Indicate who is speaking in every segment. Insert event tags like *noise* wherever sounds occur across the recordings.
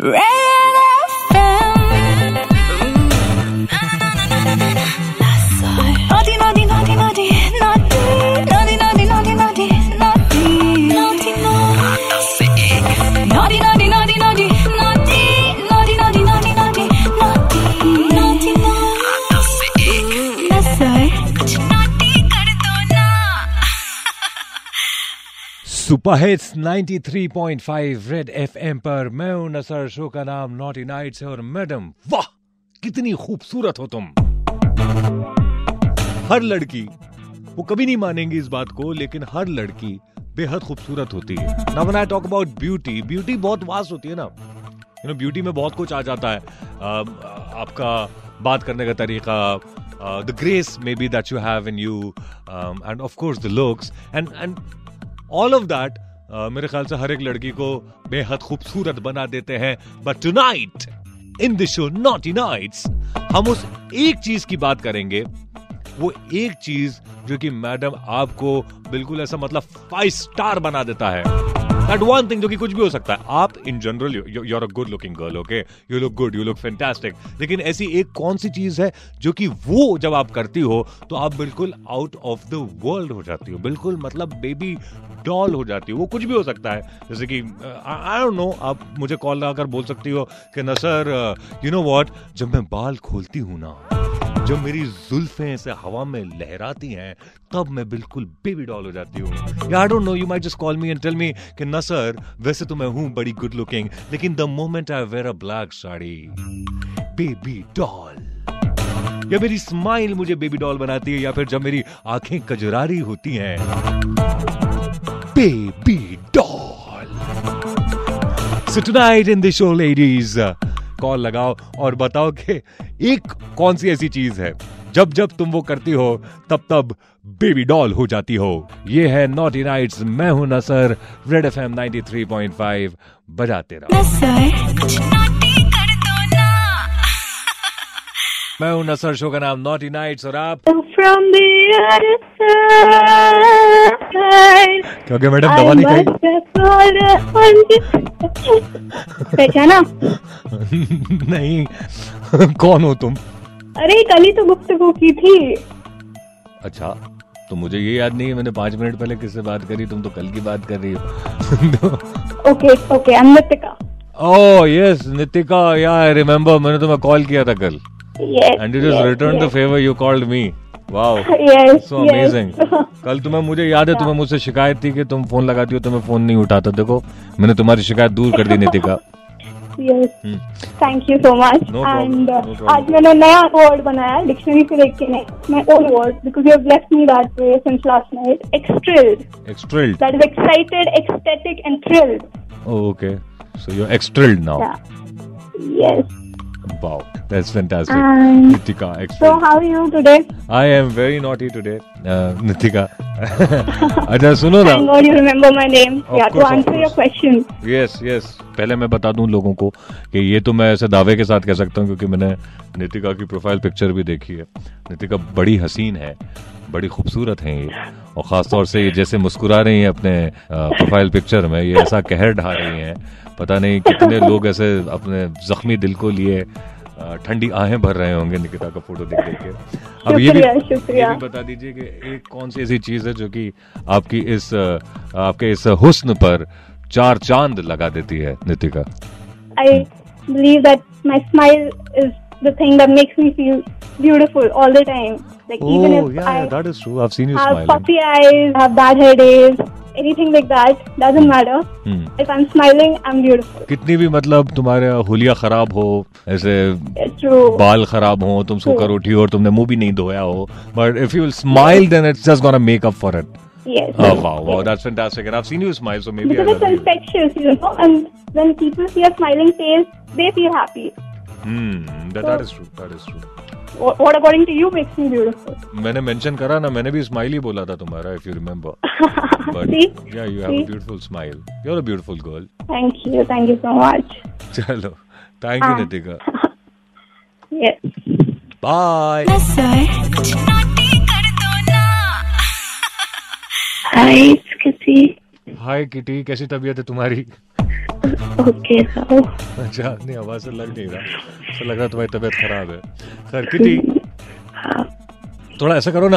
Speaker 1: Red FM. Naughty, naughty, naughty, naughty, naughty. Naughty, naughty, naughty, naughty, naughty. Naughty, naughty, naughty, naughty, naughty. Naughty, naughty, naughty, naughty, naughty. Nasar, कुछ naughty कर दो ना।
Speaker 2: Super hits 93.5 Red FM पर मैं हूं Nasar show का नाम naughty nights है और मैडम वाह कितनी खूबसूरत हो तुम हर लड़की वो कभी नहीं मानेंगी इस बात को लेकिन हर लड़की बेहद खूबसूरत होती है ना when I talk about beauty beauty बहुत वास होती है ना यू नो ब्यूटी में बहुत कुछ आ जाता है आ, आपका बात करने का तरीका uh, the grace may be that you have in you and of course the looks and and all of that uh, मेरे ख्याल से हर एक लड़की को बेहद खूबसूरत बना देते हैं but tonight in the show naughty nights हम उस एक चीज की बात करेंगे वो एक चीज जो कि मैडम आपको बिल्कुल ऐसा मतलब फाइव स्टार बना देता है दैट वन थिंग जो कि कुछ भी हो सकता है आप in general you are a good looking girl okay you look good you look fantastic लेकिन ऐसी एक कौन सी चीज है जो कि वो जब आप करती हो तो आप बिल्कुल आउट ऑफ द वर्ल्ड हो जाती हो बिल्कुल मतलब बेबी डॉल हो जाती हो वो कुछ भी हो सकता है जैसे कि uh, आई डोंट नो आप मुझे कॉल लगाकर बोल सकती हो कि न sir uh, you know what जब मैं बाल खोलती हूँ ना जब मेरी जुल्फें ऐसे हवा में लहराती हैं तब मैं बिल्कुल बेबी डॉल हो जाती हूँ I don't know you might just call me and tell me कि ना सर वैसे तो मैं हूँ बड़ी गुड लुकिंग लेकिन the moment I wear a black sari baby doll या मेरी स्माइल मुझे बेबी डॉल बनाती है या फिर जब मेरी आंखें कजरारी होती हैं baby doll so tonight in the show ladies call लगाओ और बताओ कि एक कौन सी ऐसी चीज है जब जब तुम वो करती हो तब तब बेबी डॉल हो जाती हो ये है नॉट नाइट्स मैं हूं नसर रेड एफ एम 93.5 बजाते रहो
Speaker 1: नसर, कुछ naughty कर दो ना।
Speaker 2: मैं हूं नसर शो का नाम नॉट नाइट्स और आप
Speaker 3: From the other side.
Speaker 2: क्योंकि मैडम
Speaker 3: I
Speaker 2: दवा नहीं
Speaker 3: must have fallen. पहचाना
Speaker 2: खाई *laughs* नहीं कौन हो तुम
Speaker 3: अरे कल ही तो गुफ्तगू की थी
Speaker 2: अच्छा तो मुझे ये याद नहीं है मैंने पांच मिनट पहले किससे बात करी तुम तो कल की बात कर रही हो *laughs*
Speaker 3: okay okay Amritika
Speaker 2: oh yes Nitika yeah I remember मैंने तुम्हें कॉल किया था कल and you just return the favour you called me wow
Speaker 3: *laughs* yes
Speaker 2: so
Speaker 3: *laughs*
Speaker 2: amazing कल तुम्हें मुझे याद है तुम्हें मुझसे शिकायत थी कि तुम फोन लगाती हो तुम्हें फोन नहीं उठाता देखो मैंने तुम्हारी शिकायत दूर कर दी Nitika
Speaker 3: yes
Speaker 2: hmm,
Speaker 3: thank you so much
Speaker 2: Hmm. No problem,
Speaker 3: and
Speaker 2: no problem.
Speaker 3: uh, आज मैंने नया वर्ड बनाया डिक्शनरी से देख के नहीं my own word because you have left me that way since last night exthrilled
Speaker 2: it's thrilled
Speaker 3: that is excited ecstatic and thrilled
Speaker 2: oh, okay so you're ex thrilled now
Speaker 3: yes
Speaker 2: wow that's fantastic
Speaker 3: And-
Speaker 2: nitika ex
Speaker 3: So how are you today?
Speaker 2: i am very naughty today uh, nitika *laughs* अच्छा सुनो ना
Speaker 3: Thank God you remember my name.
Speaker 2: Of
Speaker 3: yeah,
Speaker 2: course,
Speaker 3: to
Speaker 2: of
Speaker 3: answer
Speaker 2: course.
Speaker 3: your question.
Speaker 2: Yes yes पहले मैं बता दूं लोगों को कि ये तो मैं ऐसे दावे के साथ कह सकता हूं क्योंकि मैंने नितिका की प्रोफाइल पिक्चर भी देखी है नितिका बड़ी हसीन है बड़ी खूबसूरत हैं ये और ख़ास तौर से ये जैसे मुस्कुरा रही हैं अपने अ, प्रोफाइल पिक्चर में ये ऐसा कहर ढा रही हैं पता नहीं कितने लोग ऐसे अपने जख्मी दिल को लिए अ, ठंडी आहें भर रहे होंगे निकिता का फोटो देख देख के अब ये भी
Speaker 3: शुक्रिया,
Speaker 2: ये
Speaker 3: शुक्रिया।
Speaker 2: भी तो बता दीजिए कि एक कौन सी ऐसी चीज है जो कि आपकी इस अ, आपके इस हुस्न पर चार चांद लगा देती है Nitika Hmm.
Speaker 3: I believe that my smile is the thing that makes me feel beautiful all the time. Like even
Speaker 2: Oh,
Speaker 3: if I
Speaker 2: that is true I have seen you
Speaker 3: have puffy eyes, have bad hair days, anything like that, doesn't matter.
Speaker 2: Smiling
Speaker 3: If I'm smiling, I'm beautiful.
Speaker 2: कितनी भी मतलब तुम्हारे हुलिया खराब हो ऐसे
Speaker 3: It's true.
Speaker 2: बाल खराब हो तुम सोकर उठी हो और तुमने मुंह भी नहीं धोया हो but if you will smile then it's just gonna make up for it
Speaker 3: yes.
Speaker 2: Wow wow that's fantastic and I have seen you smile so may be
Speaker 3: Because it's infectious, you know, and when people see a smiling face, they feel happy.
Speaker 2: Hmm that is true that is true
Speaker 3: What, what according to you makes me beautiful?
Speaker 2: मैंने mention करा ना मैंने भी smile ही बोला था तुम्हारा if you
Speaker 3: *laughs*
Speaker 2: remember
Speaker 3: See?
Speaker 2: But yeah you have a
Speaker 3: See?
Speaker 2: Beautiful smile you are a beautiful girl
Speaker 3: Thank you. Thank you so much.
Speaker 2: *laughs* चलो thank you
Speaker 3: हाँ।
Speaker 2: नितिका
Speaker 3: Yes.
Speaker 2: बाय
Speaker 1: नसर, कुछ naughty कर दो ना।
Speaker 3: Hi, it's Kitty.
Speaker 2: Hi kitty कैसी तबीयत है तुम्हारी
Speaker 4: Okay, so
Speaker 2: अच्छा नहीं आवाज से लग नहीं रहा ऐसा लग रहा तुम्हारी तबीयत खराब है खैर किटी
Speaker 3: हाँ।
Speaker 2: थोड़ा ऐसा करो ना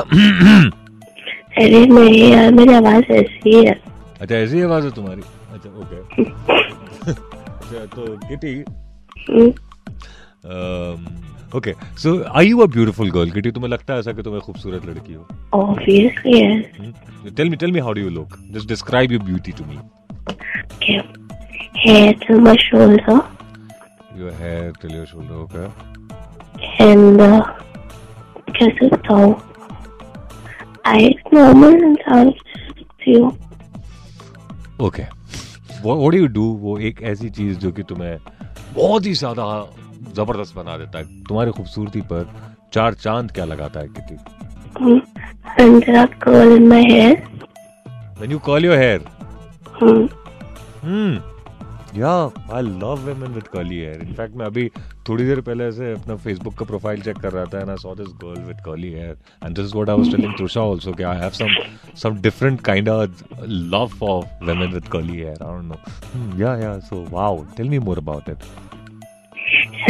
Speaker 4: अरे नहीं यार मेरी आवाज ऐसी है
Speaker 2: अच्छा ऐसी आवाज है तुम्हारी अच्छा ओके अच्छा तो Kitty
Speaker 3: Hmm,
Speaker 2: um, okay so I you a beautiful girl Kitty तुम्हें लगता है ऐसा कि तुम्हें खूबसूरत लड़की हो
Speaker 4: ऑब्वियसली है
Speaker 2: Hmm? Tell me tell me how do you look just describe your beauty to me
Speaker 4: Okay. Head to my shoulder
Speaker 2: your hair till your shoulder okay
Speaker 4: and uh, just a toe. I normal and sounds you.
Speaker 2: Okay what do you do वो एक ऐसी चीज जो कि तुम्हें बहुत ही ज्यादा जबरदस्त बना देता है तुम्हारी खूबसूरती पर चार चांद क्या लगाता है Kitty
Speaker 4: Hmm. And there are curl in my hair.
Speaker 2: When you call your hair
Speaker 4: Hmm.
Speaker 2: Hmm yeah I love women with curly hair in fact मैं अभी थोड़ी देर पहले से अपना फेसबुक का प्रोफाइल चेक कर रहा था and I saw this girl with curly hair and this is what I was telling Tusha also कि I have some some different kind of love for women with curly hair I don't know yeah yeah so wow tell me more about it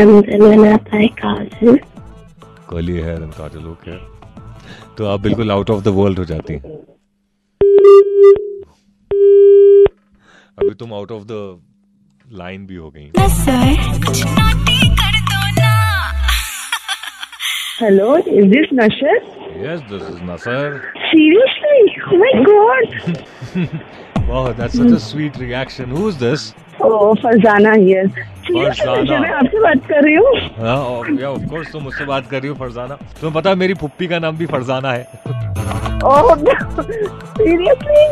Speaker 4: And then when I apply kajal,
Speaker 2: curly hair and kajal okay तो आप बिल्कुल out of the world हो जाती हैं अभी तुम out of the line भी हो गई
Speaker 1: सर कुछ नोटी कर दो ना
Speaker 3: Hello, is this Nashar?
Speaker 2: Yes this is Nasar
Speaker 3: Seriously? Oh my god!
Speaker 2: वाह that's such a sweet reaction who is this
Speaker 3: Oh, Farzana here. Seriously,
Speaker 2: Farzana.
Speaker 3: Nashar, मैं आपसे बात कर रही हूँ
Speaker 2: हां या ऑफ कोर्स तुम मुझसे बात कर रही हो फरजाना तुम्हें पता है मेरी फुप्पी का नाम भी फरजाना है
Speaker 3: Oh, no. seriously?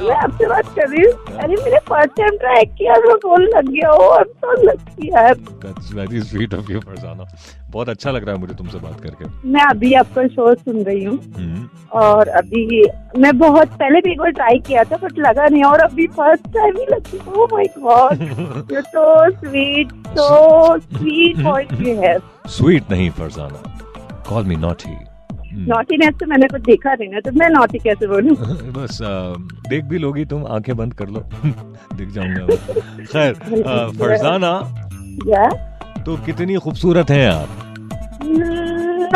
Speaker 3: मैं आपसे बात कर रही हूँ अरे मैंने फर्स्ट टाइम ट्राई किया और फोन लग गया हो अब तो लग गया है।
Speaker 2: That's very sweet of you Farzana बहुत अच्छा लग रहा है मुझे तुमसे बात करके
Speaker 3: मैं अभी आपका शो सुन रही हूँ
Speaker 2: हम्म,
Speaker 3: और अभी मैं बहुत पहले भी एक बार ट्राई किया था बट लगा नहीं और अभी फर्स्ट टाइम ही Oh लगी oh my god you so sweet so sweet voice you have
Speaker 2: sweet नहीं Farzana call me naughty Hmm.
Speaker 3: Naughtiness तो मैंने कुछ देखा नहीं ना तो मैं नॉटी कैसे बोलूं
Speaker 2: *laughs* बस अ, देख भी लोगी तुम आंखें बंद कर लो *laughs* दिख जाऊंगा *laughs* मैं। खैर अ, फरजाना
Speaker 3: या
Speaker 2: तो कितनी खूबसूरत हैं आप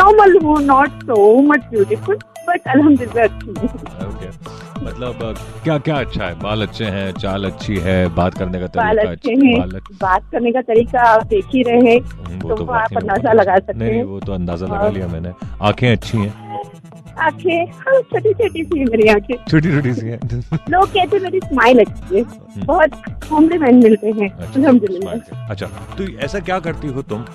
Speaker 3: नॉर्मल हूँ not so much beautiful but अल्हम्दुलिल्लाह अच्छी हूँ
Speaker 2: हाँ, ओके मतलब अ, क्या क्या अच्छा है बाल अच्छे हैं चाल अच्छी है बात करने का
Speaker 3: बाल
Speaker 2: तरीका अच्छा
Speaker 3: अच्छे हैं
Speaker 2: बाल अच्छे-
Speaker 3: बात करने का तरीका आप देख ही रहे हैं
Speaker 2: हम्म,
Speaker 3: तो वो
Speaker 2: बात
Speaker 3: आप
Speaker 2: नहीं होगा।
Speaker 3: अंदाजा लगा सकते
Speaker 2: नहीं नहीं,
Speaker 3: हैं।
Speaker 2: वो तो अंदाजा लगा
Speaker 3: हाँ।
Speaker 2: लिया मैंने आंखें अच्छी हैं
Speaker 3: आंखें हाँ छोटी छोटी सी है मेरी आंखें
Speaker 2: छोटी छोटी
Speaker 3: *laughs*
Speaker 2: सी हैं अच्छा,
Speaker 3: लोग कहते हैं मेरी स्माइल अच्छी है बहुत कॉम्प्लीमेंट मिलते हैं
Speaker 2: हम्म। अच्छा
Speaker 3: अलहमदुल्ला
Speaker 2: अच्छा तो ऐसा क्या करती हो तुम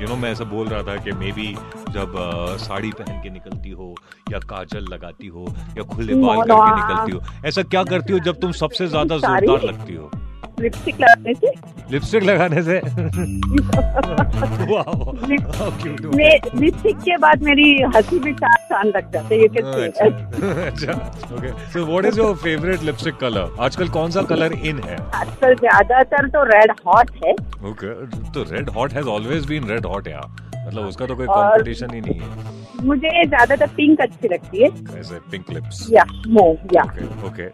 Speaker 2: यू नो मैं ऐसा बोल रहा था कि मे बी जब अ, साड़ी पहन के निकलती हो या काजल लगाती हो या खुले बाल
Speaker 3: No, no,
Speaker 2: करके
Speaker 3: हाँ।
Speaker 2: निकलती हो ऐसा क्या करती हो जब तुम सबसे
Speaker 3: *laughs*
Speaker 2: ज्यादा
Speaker 3: साड़ी?
Speaker 2: जोरदार लगती हो
Speaker 3: लिपस्टिक लगाने से
Speaker 2: लिपस्टिक लगाने से वाह,
Speaker 3: लिप-
Speaker 2: how cute हो।
Speaker 3: मे- लिपस्टिक के बाद मेरी हंसी में चार चांद लग जाते हैं ये
Speaker 2: अच्छा
Speaker 3: कहते
Speaker 2: अच्छा okay so what is your favourite lipstick colour आजकल कौन सा कलर इन है
Speaker 3: आजकल ज्यादातर तो रेड हॉट है
Speaker 2: ओके तो red hot has always been red hot यार मतलब उसका तो कोई
Speaker 3: और-
Speaker 2: कंपटीशन ही नहीं है
Speaker 3: मुझे ज्यादातर पिंक अच्छी लगती है
Speaker 2: ऐसे पिंक लिप्स
Speaker 3: या मो या
Speaker 2: okay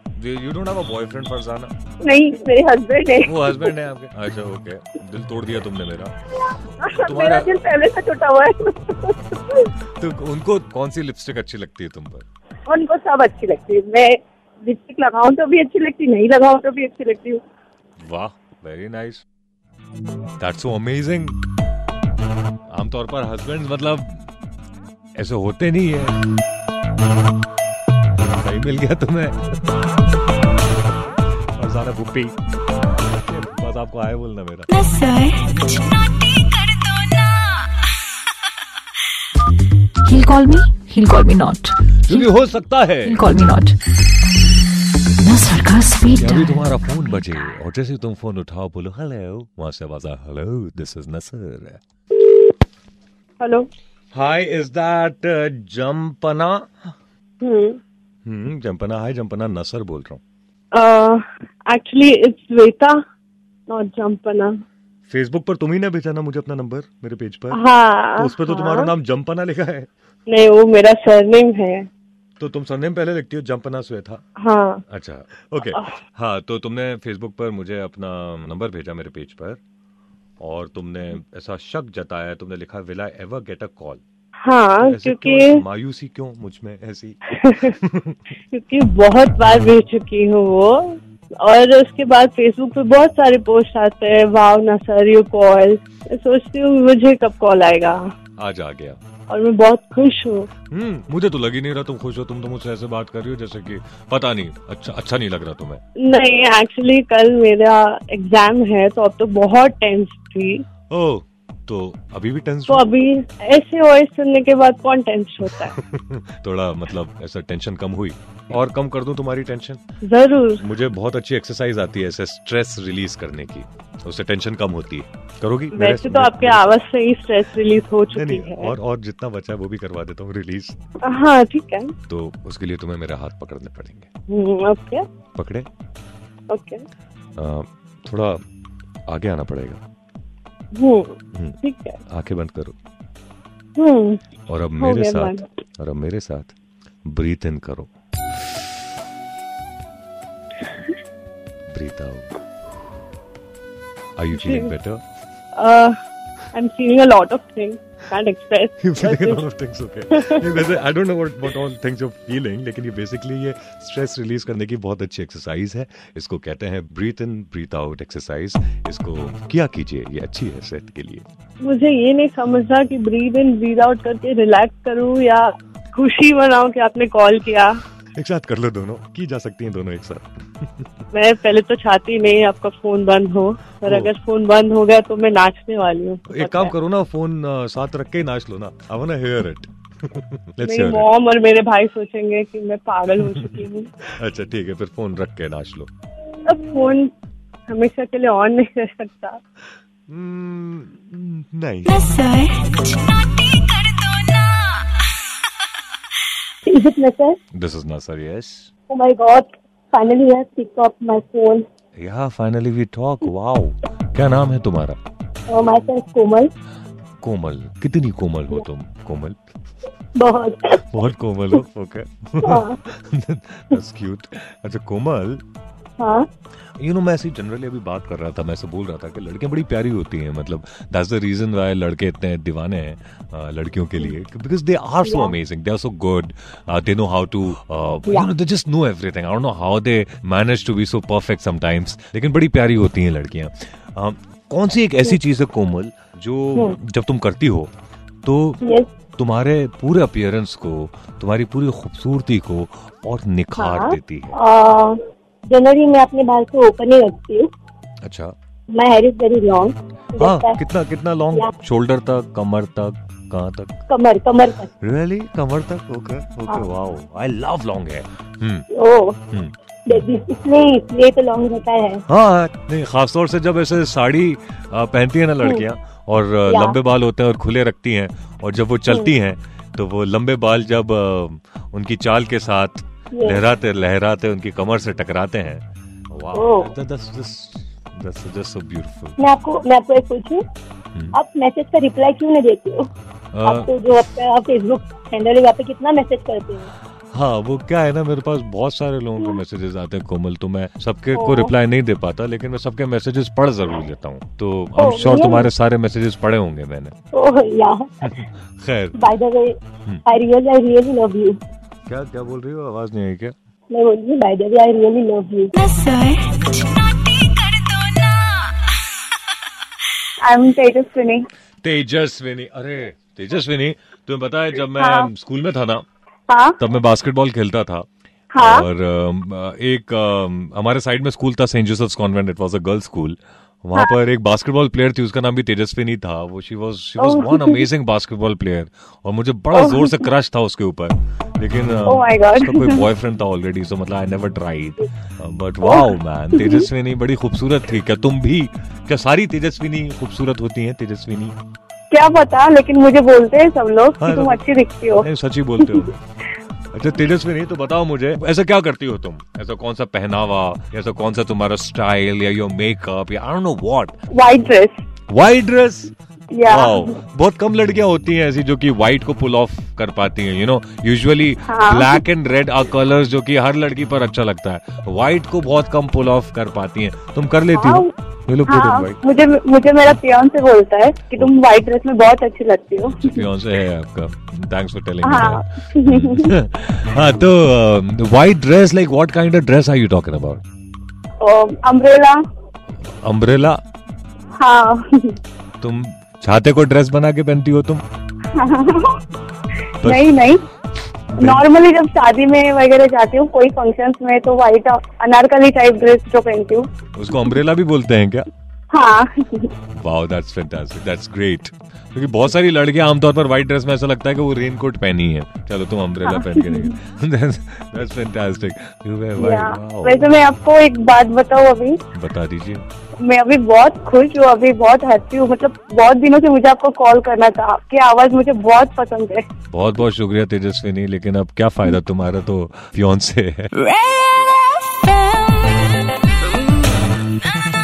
Speaker 2: okay you don't have a boyfriend Farzana
Speaker 3: नहीं मेरे हस्बैंड है
Speaker 2: वो हस्बैंड है आपके अच्छा ओके दिल तोड़ दिया तुमने मेरा तुम्हारा-
Speaker 3: मेरा दिल पहले से टूटा हुआ है
Speaker 2: तो उनको कौन सी लिपस्टिक अच्छी लगती है तुम पर
Speaker 3: उनको सब अच्छी लगती है मैं लिपस्टिक लगाऊं तो भी अच्छी लगती नहीं लगाऊं तो भी अच्छी लगती हूँ
Speaker 2: वाह very nice that's so amazing आमतौर पर हस्बैंड मतलब ऐसे होते नहीं है सही मिल गया तुम्हें फरजाना भुप्पी बस आपको आए बोलना मेरा
Speaker 1: सर कुछ नोटी कर दो ना
Speaker 5: He'll call me, he'll call me not.
Speaker 2: क्योंकि हो सकता है
Speaker 5: He'll call me not. Nasar ka sweet
Speaker 2: कि अभी
Speaker 5: dial.
Speaker 2: तुम्हारा फोन बजे और जैसे ही तुम फोन उठाओ बोलो हेलो वहां से आवाज आए hello this is Nasar
Speaker 3: hello
Speaker 2: hi is that Jampana
Speaker 3: actually
Speaker 2: hmm Jampana hi Jampana Nasar बोल रहा हूँ
Speaker 3: Uh, इट्स वेता नॉट जम्पना
Speaker 2: फेसबुक पर तुम ही ने भेजा ना मुझे अपना नंबर मेरे पेज पर
Speaker 3: हाँ
Speaker 2: तो उस पर तो तुम्हारा नाम जम्पना लिखा है
Speaker 3: नहीं वो मेरा सरनेम है
Speaker 2: तो तुम सरनेम पहले लिखती हो जंपना स्वेथा
Speaker 3: हाँ
Speaker 2: अच्छा ओके हाँ तो तुमने फेसबुक पर मुझे अपना नंबर भेजा मेरे पेज पर और तुमने ऐसा शक जताया तुमने लिखा will I ever get a call
Speaker 3: हाँ क्योंकि
Speaker 2: मायूसी क्यों मुझ में ऐसी
Speaker 3: क्योंकि बहुत बार भेज चुकी हूँ वो और उसके बाद फेसबुक पे बहुत सारे पोस्ट आते हैं वाव ना सर यू कॉल मैं सोचती हूँ मुझे कब कॉल आएगा
Speaker 2: आज आ गया
Speaker 3: और मैं बहुत खुश हूँ
Speaker 2: हम्म मुझे तो लग ही नहीं रहा तुम खुश हो तुम तो मुझसे ऐसे बात कर रही हो जैसे कि पता नहीं अच्छा अच्छा नहीं लग रहा तुम्हें
Speaker 3: नहीं एक्चुअली कल मेरा एग्जाम है तो अब तो बहुत टेंस थी
Speaker 2: ओ तो अभी भी टेंस
Speaker 3: तो अभी ऐसे वॉइस सुनने के बाद कौन टेंस होता
Speaker 2: *laughs*
Speaker 3: है
Speaker 2: थोड़ा मतलब ऐसा टेंशन कम हुई और कम कर दूं तुम्हारी टेंशन
Speaker 3: जरूर
Speaker 2: मुझे बहुत अच्छी एक्सरसाइज आती है ऐसे स्ट्रेस रिलीज करने की उससे टेंशन कम होती है करोगी मेरे-
Speaker 3: वैसे तो आपके आवाज से ही स्ट्रेस रिलीज हो
Speaker 2: नहीं
Speaker 3: चुकी
Speaker 2: नहीं
Speaker 3: है
Speaker 2: और और जितना बचा है वो भी करवा देता हूँ रिलीज
Speaker 3: हाँ ठीक है हम्म,
Speaker 2: तो उसके लिए तुम्हें मेरा हाथ पकड़ने पड़ेंगे
Speaker 3: ओके
Speaker 2: पकड़े
Speaker 3: ओके
Speaker 2: आ, थोड़ा आगे आना पड़ेगा हम्म।
Speaker 3: ठीक है
Speaker 2: आंखें बंद करो
Speaker 3: हम्म
Speaker 2: और अब
Speaker 3: हो
Speaker 2: मेरे
Speaker 3: गया
Speaker 2: साथ और अब मेरे साथ ब्रीथ इन करो breathe out are you feeling *laughs* better
Speaker 3: Uh, I'm feeling a lot of things. Can't
Speaker 2: *laughs*
Speaker 3: express.
Speaker 2: You feeling a lot
Speaker 3: But
Speaker 2: of things, okay. ये वैसे I don't know what what all things you feeling लेकिन ये basically ये stress release करने की बहुत अच्छी exercise है इसको कहते हैं breathe in breathe out exercise इसको किया कीजिए ये अच्छी है सेहत के लिए
Speaker 3: मुझे ये नहीं समझना कि ब्रीद इन ब्रीद आउट करके रिलैक्स करूं या खुशी मनाऊं कि आपने कॉल किया
Speaker 2: एक साथ कर लो दोनों की जा सकती हैं दोनों एक साथ
Speaker 3: मैं पहले तो चाहती नहीं आपका फोन बंद हो पर
Speaker 2: ओ।
Speaker 3: अगर फोन बंद हो गया तो मैं नाचने वाली हूँ
Speaker 2: एक काम करो ना फोन साथ रख के ही नाच लो ना I want hear *laughs* it let's
Speaker 3: मेरी
Speaker 2: हियर
Speaker 3: मॉम और मेरे भाई सोचेंगे कि मैं पागल हो चुकी हूँ
Speaker 2: अच्छा ठीक है फिर फोन रख के नाच लो
Speaker 3: अब फोन हमेशा के लिए ऑन नहीं रह सकता
Speaker 2: Hmm, नहीं
Speaker 1: सर कुछ नोटी कर दो ना
Speaker 4: Is it better?
Speaker 2: This is Nasar yes
Speaker 4: Oh my god. Finally, I have picked up my phone.
Speaker 2: Yeah finally we talk wow क्या नाम है तुम्हारा
Speaker 3: Oh,
Speaker 4: Uh, myself, Komal.
Speaker 2: कोमल कितनी कोमल हो तुम कोमल
Speaker 4: बहुत
Speaker 2: बहुत कोमल हो ओके
Speaker 4: हाँ।
Speaker 2: *laughs* दैट्स क्यूट अच्छा कोमल
Speaker 4: हाँ
Speaker 2: यू नो मैं ऐसी जनरली अभी बात कर रहा था मैं ऐसे बोल रहा था कि लड़कियां बड़ी प्यारी होती हैं मतलब दैट्स द रीजन वाई लड़के इतने दीवाने हैं अ, लड़कियों के लिए because they are so amazing they are so good they know how to you know they just know everything I don't know how they manage to be so perfect sometimes लेकिन बड़ी प्यारी होती हैं लड़कियां अ, कौन सी एक ऐसी चीज है कोमल जो जब तुम करती हो तो
Speaker 4: यस
Speaker 2: तुम्हारे पूरे अपियरेंस को तुम्हारी पूरी खूबसूरती को और निखार
Speaker 4: हाँ।
Speaker 2: देती है
Speaker 4: जनरली मैं अपने बाल को ओपन ही रखती हूँ
Speaker 2: अच्छा
Speaker 4: my hair is very long
Speaker 2: हाँ कितना कितना
Speaker 4: या।
Speaker 2: लॉन्ग शोल्डर तक कमर तक कहाँ तक
Speaker 4: कमर कमर तक
Speaker 2: रियली कमर तक ओके
Speaker 4: हाँ।
Speaker 2: Okay wow I love long है हम्म
Speaker 4: ओ
Speaker 3: Oh,
Speaker 2: हम्म।
Speaker 4: बेबी इसलिए इसलिए तो लॉन्ग रहता है
Speaker 2: हाँ नहीं खासतौर से जब ऐसे साड़ी आ, पहनती है ना लड़कियाँ और आ,
Speaker 4: हम्म। या। हम्म।
Speaker 2: लंबे बाल होते हैं और खुले रखती हैं और जब वो चलती हैं तो वो लंबे बाल जब आ, उनकी चाल के साथ
Speaker 4: Yes.
Speaker 2: लहराते लहराते उनकी कमर से टकराते हैं wow
Speaker 4: Oh.
Speaker 2: That's just just so beautiful
Speaker 4: मैं आपको मैं आपको एक पूछूं
Speaker 2: हम्म।
Speaker 4: आप मैसेज का रिप्लाई क्यों नहीं देते हो आप तो जो आपका फेसबुक हैंडल है वहाँ पे कितना मैसेज करते हो
Speaker 2: हाँ वो क्या है ना मेरे पास बहुत सारे लोगों के मैसेजेस आते हैं कोमल तो मैं सबके को
Speaker 4: हम्म। ओह।
Speaker 2: रिप्लाई नहीं दे पाता लेकिन मैं सबके मैसेजेस पढ़ जरूर लेता हूँ तो I am
Speaker 4: oh,
Speaker 2: sure
Speaker 4: really?
Speaker 2: तुम्हारे सारे मैसेजेस पढ़े होंगे
Speaker 4: *laughs*
Speaker 2: मैंने
Speaker 4: ओह तो या
Speaker 2: खैर
Speaker 4: by the way
Speaker 2: hmm.
Speaker 4: I real I really love you
Speaker 2: क्या क्या बोल रही हो आवाज नहीं आई क्या
Speaker 4: मैं बोल रही हूँ by the way I really love you
Speaker 1: sir कुछ नोटी कर दो ना
Speaker 3: आई एम टेजस्विनी
Speaker 2: तेजस्विनी अरे तेजस्विनी तुम्हें पता है जब मैं स्कूल में था ना
Speaker 3: हाँ
Speaker 2: तब मैं बास्केटबॉल खेलता था
Speaker 3: हाँ।
Speaker 2: और अम, एक अम, हमारे साइड में स्कूल था saint Joseph's convent it was a girls school वहां
Speaker 3: हाँ।
Speaker 2: पर एक बास्केटबॉल प्लेयर थी उसका नाम भी तेजस्विनी था वो she was she was one amazing basketball player और मुझे बड़ा जोर से क्रश था उसके ऊपर लेकिन अम,
Speaker 3: Oh my God.
Speaker 2: उसका कोई बॉयफ्रेंड था ऑलरेडी सो मतलब I never tried but wow man Tejaswini बड़ी खूबसूरत थी क्या तुम भी क्या सारी तेजस्विनी खूबसूरत होती हैं तेजस्विनी
Speaker 3: क्या पता लेकिन मुझे बोलते हैं सब लोग
Speaker 2: हाँ,
Speaker 3: कि तुम
Speaker 2: सब-
Speaker 3: अच्छी दिखती हो
Speaker 2: नहीं सच ही बोलते हो अच्छा तेजस्वी नहीं तो बताओ मुझे ऐसा क्या करती हो तुम ऐसा कौन सा पहनावा या ऐसा कौन सा तुम्हारा स्टाइल या योर मेकअप या I don't know what
Speaker 3: white dress
Speaker 2: white dress
Speaker 3: या
Speaker 2: वाओ बहुत कम लड़कियां होती हैं ऐसी जो कि व्हाइट को पुल ऑफ कर पाती हैं यू नो यूजुअली
Speaker 3: हाँ।
Speaker 2: Black and red are colours जो कि हर लड़की पर अच्छा लगता है व्हाइट को बहुत कम पुल ऑफ कर पाती हैं तुम कर लेती हो यू लुक गुड
Speaker 3: हाँ
Speaker 2: इन व्हाइट
Speaker 3: मुझे मुझे मेरा पियोन से बोलता है कि तुम व्हाइट ड्रेस में बहुत अच्छी लगती हो
Speaker 2: फियांसे है आपका थैंक्स फॉर
Speaker 3: हाँ।
Speaker 2: टेलिंग *laughs* हाँ तो white dress like what kind of dress are you talking about
Speaker 3: तो, अम्ब्रेला
Speaker 2: अम्ब्रेला
Speaker 3: हाँ
Speaker 2: तुम छाते को ड्रेस बना के पहनती हो तुम
Speaker 3: नहीं नहीं नॉर्मली जब शादी में वगैरह जाती हूँ कोई फंक्शन में तो व्हाइट अनारकली टाइप ड्रेस जो पहनती हूँ
Speaker 2: उसको अम्ब्रेला भी बोलते हैं क्या
Speaker 3: हाँ
Speaker 2: wow that's fantastic that's great क्योंकि बहुत सारी लड़कियां आमतौर पर व्हाइट ड्रेस में ऐसा लगता है कि वो रेनकोट पहनी है चलो तुम
Speaker 3: हाँ।
Speaker 2: अम्ब्रेला पहन के *laughs* निकल दैट्स फैंटास्टिक यू वेयर
Speaker 3: या
Speaker 2: वाइट
Speaker 3: वैसे तो- मैं आपको एक बात बताऊँ अभी
Speaker 2: बता दीजिए
Speaker 3: मैं अभी बहुत खुश हूँ अभी बहुत हैप्पी हूँ मतलब बहुत दिनों से मुझे आपको कॉल करना था आपकी आवाज मुझे बहुत पसंद है
Speaker 2: बहुत बहुत शुक्रिया तेजस्विनी लेकिन अब क्या फायदा तुम्हारा तो फियोन से है
Speaker 1: Red FM.